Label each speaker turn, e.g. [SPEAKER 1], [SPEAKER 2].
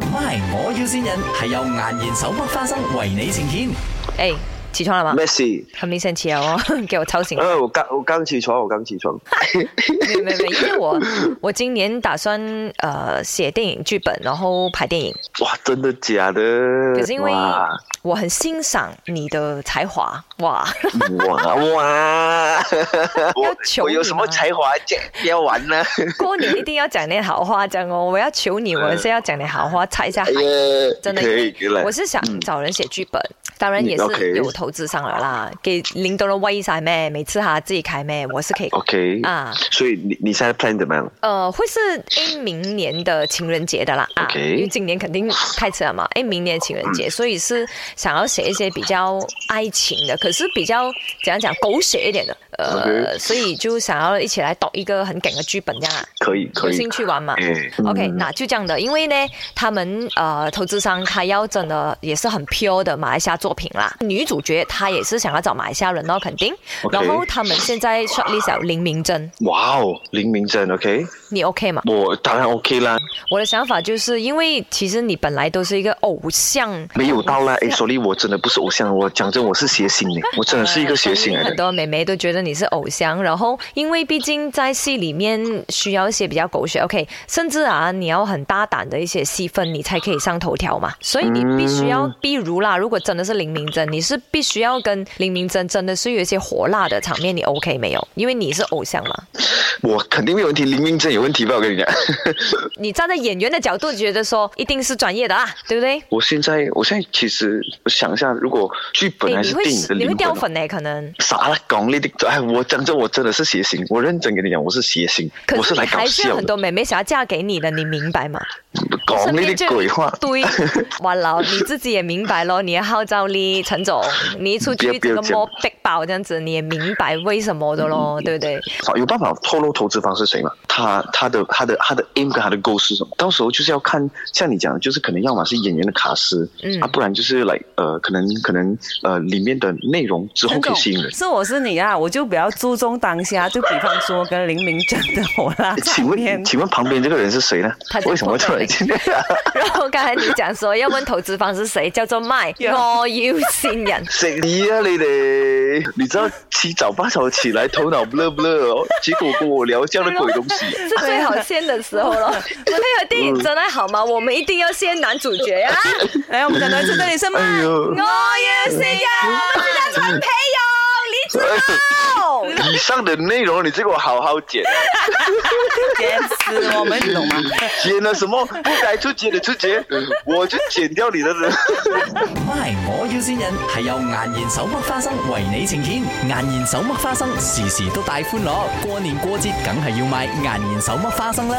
[SPEAKER 1] MY，我要先人係由顏然手剝花生為你呈現。
[SPEAKER 2] 哎、起床了吗？
[SPEAKER 3] 咩事？
[SPEAKER 2] 还没生气啊！哦，给我 吵 醒。
[SPEAKER 3] 呃，我刚我刚起床，我刚起床。
[SPEAKER 2] 没有没有没有，因为我我今年打算呃写电影剧本，然后拍电影。
[SPEAKER 3] 哇，真的假的？
[SPEAKER 2] 可是因为
[SPEAKER 3] 哇
[SPEAKER 2] 我很欣赏你的才华，哇！
[SPEAKER 3] 哇啊哇，
[SPEAKER 2] 要啊
[SPEAKER 3] 我
[SPEAKER 2] 求
[SPEAKER 3] 我有
[SPEAKER 2] 你
[SPEAKER 3] 什么
[SPEAKER 2] 吗
[SPEAKER 3] 才华？这不要 玩呢、
[SPEAKER 2] 过年一定要讲点好话，这样哦。我要求 你，我是要讲点好话，踩一下海
[SPEAKER 3] 嗯哎。呀，
[SPEAKER 2] 真的
[SPEAKER 3] 可以可以来
[SPEAKER 2] 我。是想找人写剧本，当然也
[SPEAKER 3] 嗯，OK
[SPEAKER 2] 是有投资上了啦，给领导人威晒咩，每次他自己开咩，我是可以
[SPEAKER 3] OK，、
[SPEAKER 2] 啊，
[SPEAKER 3] 所以你你现在 plan 怎么样？
[SPEAKER 2] 呃，会是 A 明年的情人节的啦啊
[SPEAKER 3] OK
[SPEAKER 2] 因为今年肯定太迟了嘛，A 明年情 人节，所以是想要写一些比较爱情的，可是比较怎样讲狗血一点的，呃
[SPEAKER 3] OK
[SPEAKER 2] 所以就想要一起来读一个很梗的剧本这样啊，
[SPEAKER 3] 可以可
[SPEAKER 2] 有
[SPEAKER 3] 以。
[SPEAKER 2] 兴趣玩吗？
[SPEAKER 3] 哎
[SPEAKER 2] OK，
[SPEAKER 3] 嗯
[SPEAKER 2] 那就这样的，因为呢，他们呃，投资商他要真的也是很 pure 的马来西亚作品啦。女主角她也是想要找马来西亚人哦，肯定。
[SPEAKER 3] OK
[SPEAKER 2] 然后他们现在 shortlist 有林明珍，
[SPEAKER 3] 哇哦，林明真 OK，
[SPEAKER 2] 你 OK 吗？
[SPEAKER 3] 我当然 OK 啦，
[SPEAKER 2] 我的想法就是因为其实你本来都是一个偶像，
[SPEAKER 3] 没有到
[SPEAKER 2] 啊
[SPEAKER 3] 啦。哎，sorry，我真的不是偶像，我讲真，我是谐星的，欸我真的
[SPEAKER 2] 哎
[SPEAKER 3] 是一个谐星来
[SPEAKER 2] 很
[SPEAKER 3] 的。
[SPEAKER 2] 多妹妹都觉得你是偶像，然后因为毕竟在戏里面需要一些比较狗血，OK，甚至啊你要很大胆的一些戏份，你才可以上头条嘛。所以你必须
[SPEAKER 3] 嗯
[SPEAKER 2] 要，比如啦，如果真的是林明珍，你是必须要跟林明珍真的是有一些火辣的场面，你 OK 没有？因为你是偶像嘛，
[SPEAKER 3] 我肯定没有问题，林明真有问题吧？我跟你讲。
[SPEAKER 2] 你站在演员的角度觉得说一定是专业的啦，对不对？
[SPEAKER 3] 我现在，我现在其实我想一下，如果剧本
[SPEAKER 2] 诶
[SPEAKER 3] 还
[SPEAKER 2] 你
[SPEAKER 3] 是
[SPEAKER 2] 会
[SPEAKER 3] 电影的
[SPEAKER 2] 你
[SPEAKER 3] 灵
[SPEAKER 2] 会
[SPEAKER 3] 魂
[SPEAKER 2] 掉
[SPEAKER 3] 哦，
[SPEAKER 2] 粉呢、欸可能。
[SPEAKER 3] 啥啦？讲呢啲，哎，我讲真，我真的是谐星，我认真跟你讲，我是谐星，
[SPEAKER 2] 可
[SPEAKER 3] 我
[SPEAKER 2] 是
[SPEAKER 3] 来
[SPEAKER 2] 你
[SPEAKER 3] 搞
[SPEAKER 2] 还是有
[SPEAKER 3] 笑
[SPEAKER 2] 很
[SPEAKER 3] 的。
[SPEAKER 2] 多妹妹想要嫁给你的，你明白吗？
[SPEAKER 3] 讲
[SPEAKER 2] 身
[SPEAKER 3] 呢
[SPEAKER 2] 边就
[SPEAKER 3] 啲
[SPEAKER 2] 有
[SPEAKER 3] 鬼
[SPEAKER 2] 一
[SPEAKER 3] 话，
[SPEAKER 2] 对，哇老你自己也明白咯，你的号召力，陈总，你一出去
[SPEAKER 3] 不
[SPEAKER 2] 这
[SPEAKER 3] 要
[SPEAKER 2] 个
[SPEAKER 3] 不要
[SPEAKER 2] 摸逼爆这样子，你也明白为什么的咯，
[SPEAKER 3] 嗯
[SPEAKER 2] 对不对？
[SPEAKER 3] 好有办法透露投资方是谁吗？他他的他的他的 aim 跟他的 goal 是什么？到时候就是要看，像你讲的，就是可能要么是演员的卡司，
[SPEAKER 2] 嗯
[SPEAKER 3] 啊，不然就是来呃，可能可能呃里面的内容之后
[SPEAKER 4] 陈
[SPEAKER 3] 可
[SPEAKER 4] 总
[SPEAKER 3] 以吸引人。
[SPEAKER 2] 哦
[SPEAKER 4] 是我是你啊，我就比较注重当下，就比方说跟林明真的火辣
[SPEAKER 3] 哎请
[SPEAKER 4] 场面
[SPEAKER 3] 问，请问旁边这个人是谁呢
[SPEAKER 2] 他？在
[SPEAKER 3] 为什么突然间？
[SPEAKER 2] 然后刚才你讲说要问投资方是谁，叫做 卖，
[SPEAKER 4] Yeah
[SPEAKER 2] 我要新人。
[SPEAKER 3] 食你啊你哋！你知道七早八早起来头脑不乐不乐哦，结果跟我聊这样的鬼东西。啊嗯
[SPEAKER 2] 是最好献的时候 了，配合电影真爱好吗？我们一定要献男主角 啊！
[SPEAKER 4] 哎来，我们讲到这，这里是吗？
[SPEAKER 3] 哎 呦
[SPEAKER 2] 我！要新人，是在传培勇，你知道？
[SPEAKER 3] 哎以上的内容你这给我好好剪，啊
[SPEAKER 4] 坚持我们，你懂吗？
[SPEAKER 3] 剪了什么不该出节的出节，我就剪掉你的人。
[SPEAKER 1] MY，我要先人係由顏然手剝花生為你呈現。顏然手剝花生時時都帶歡樂，過年過節梗係要買顏然手剝花生啦。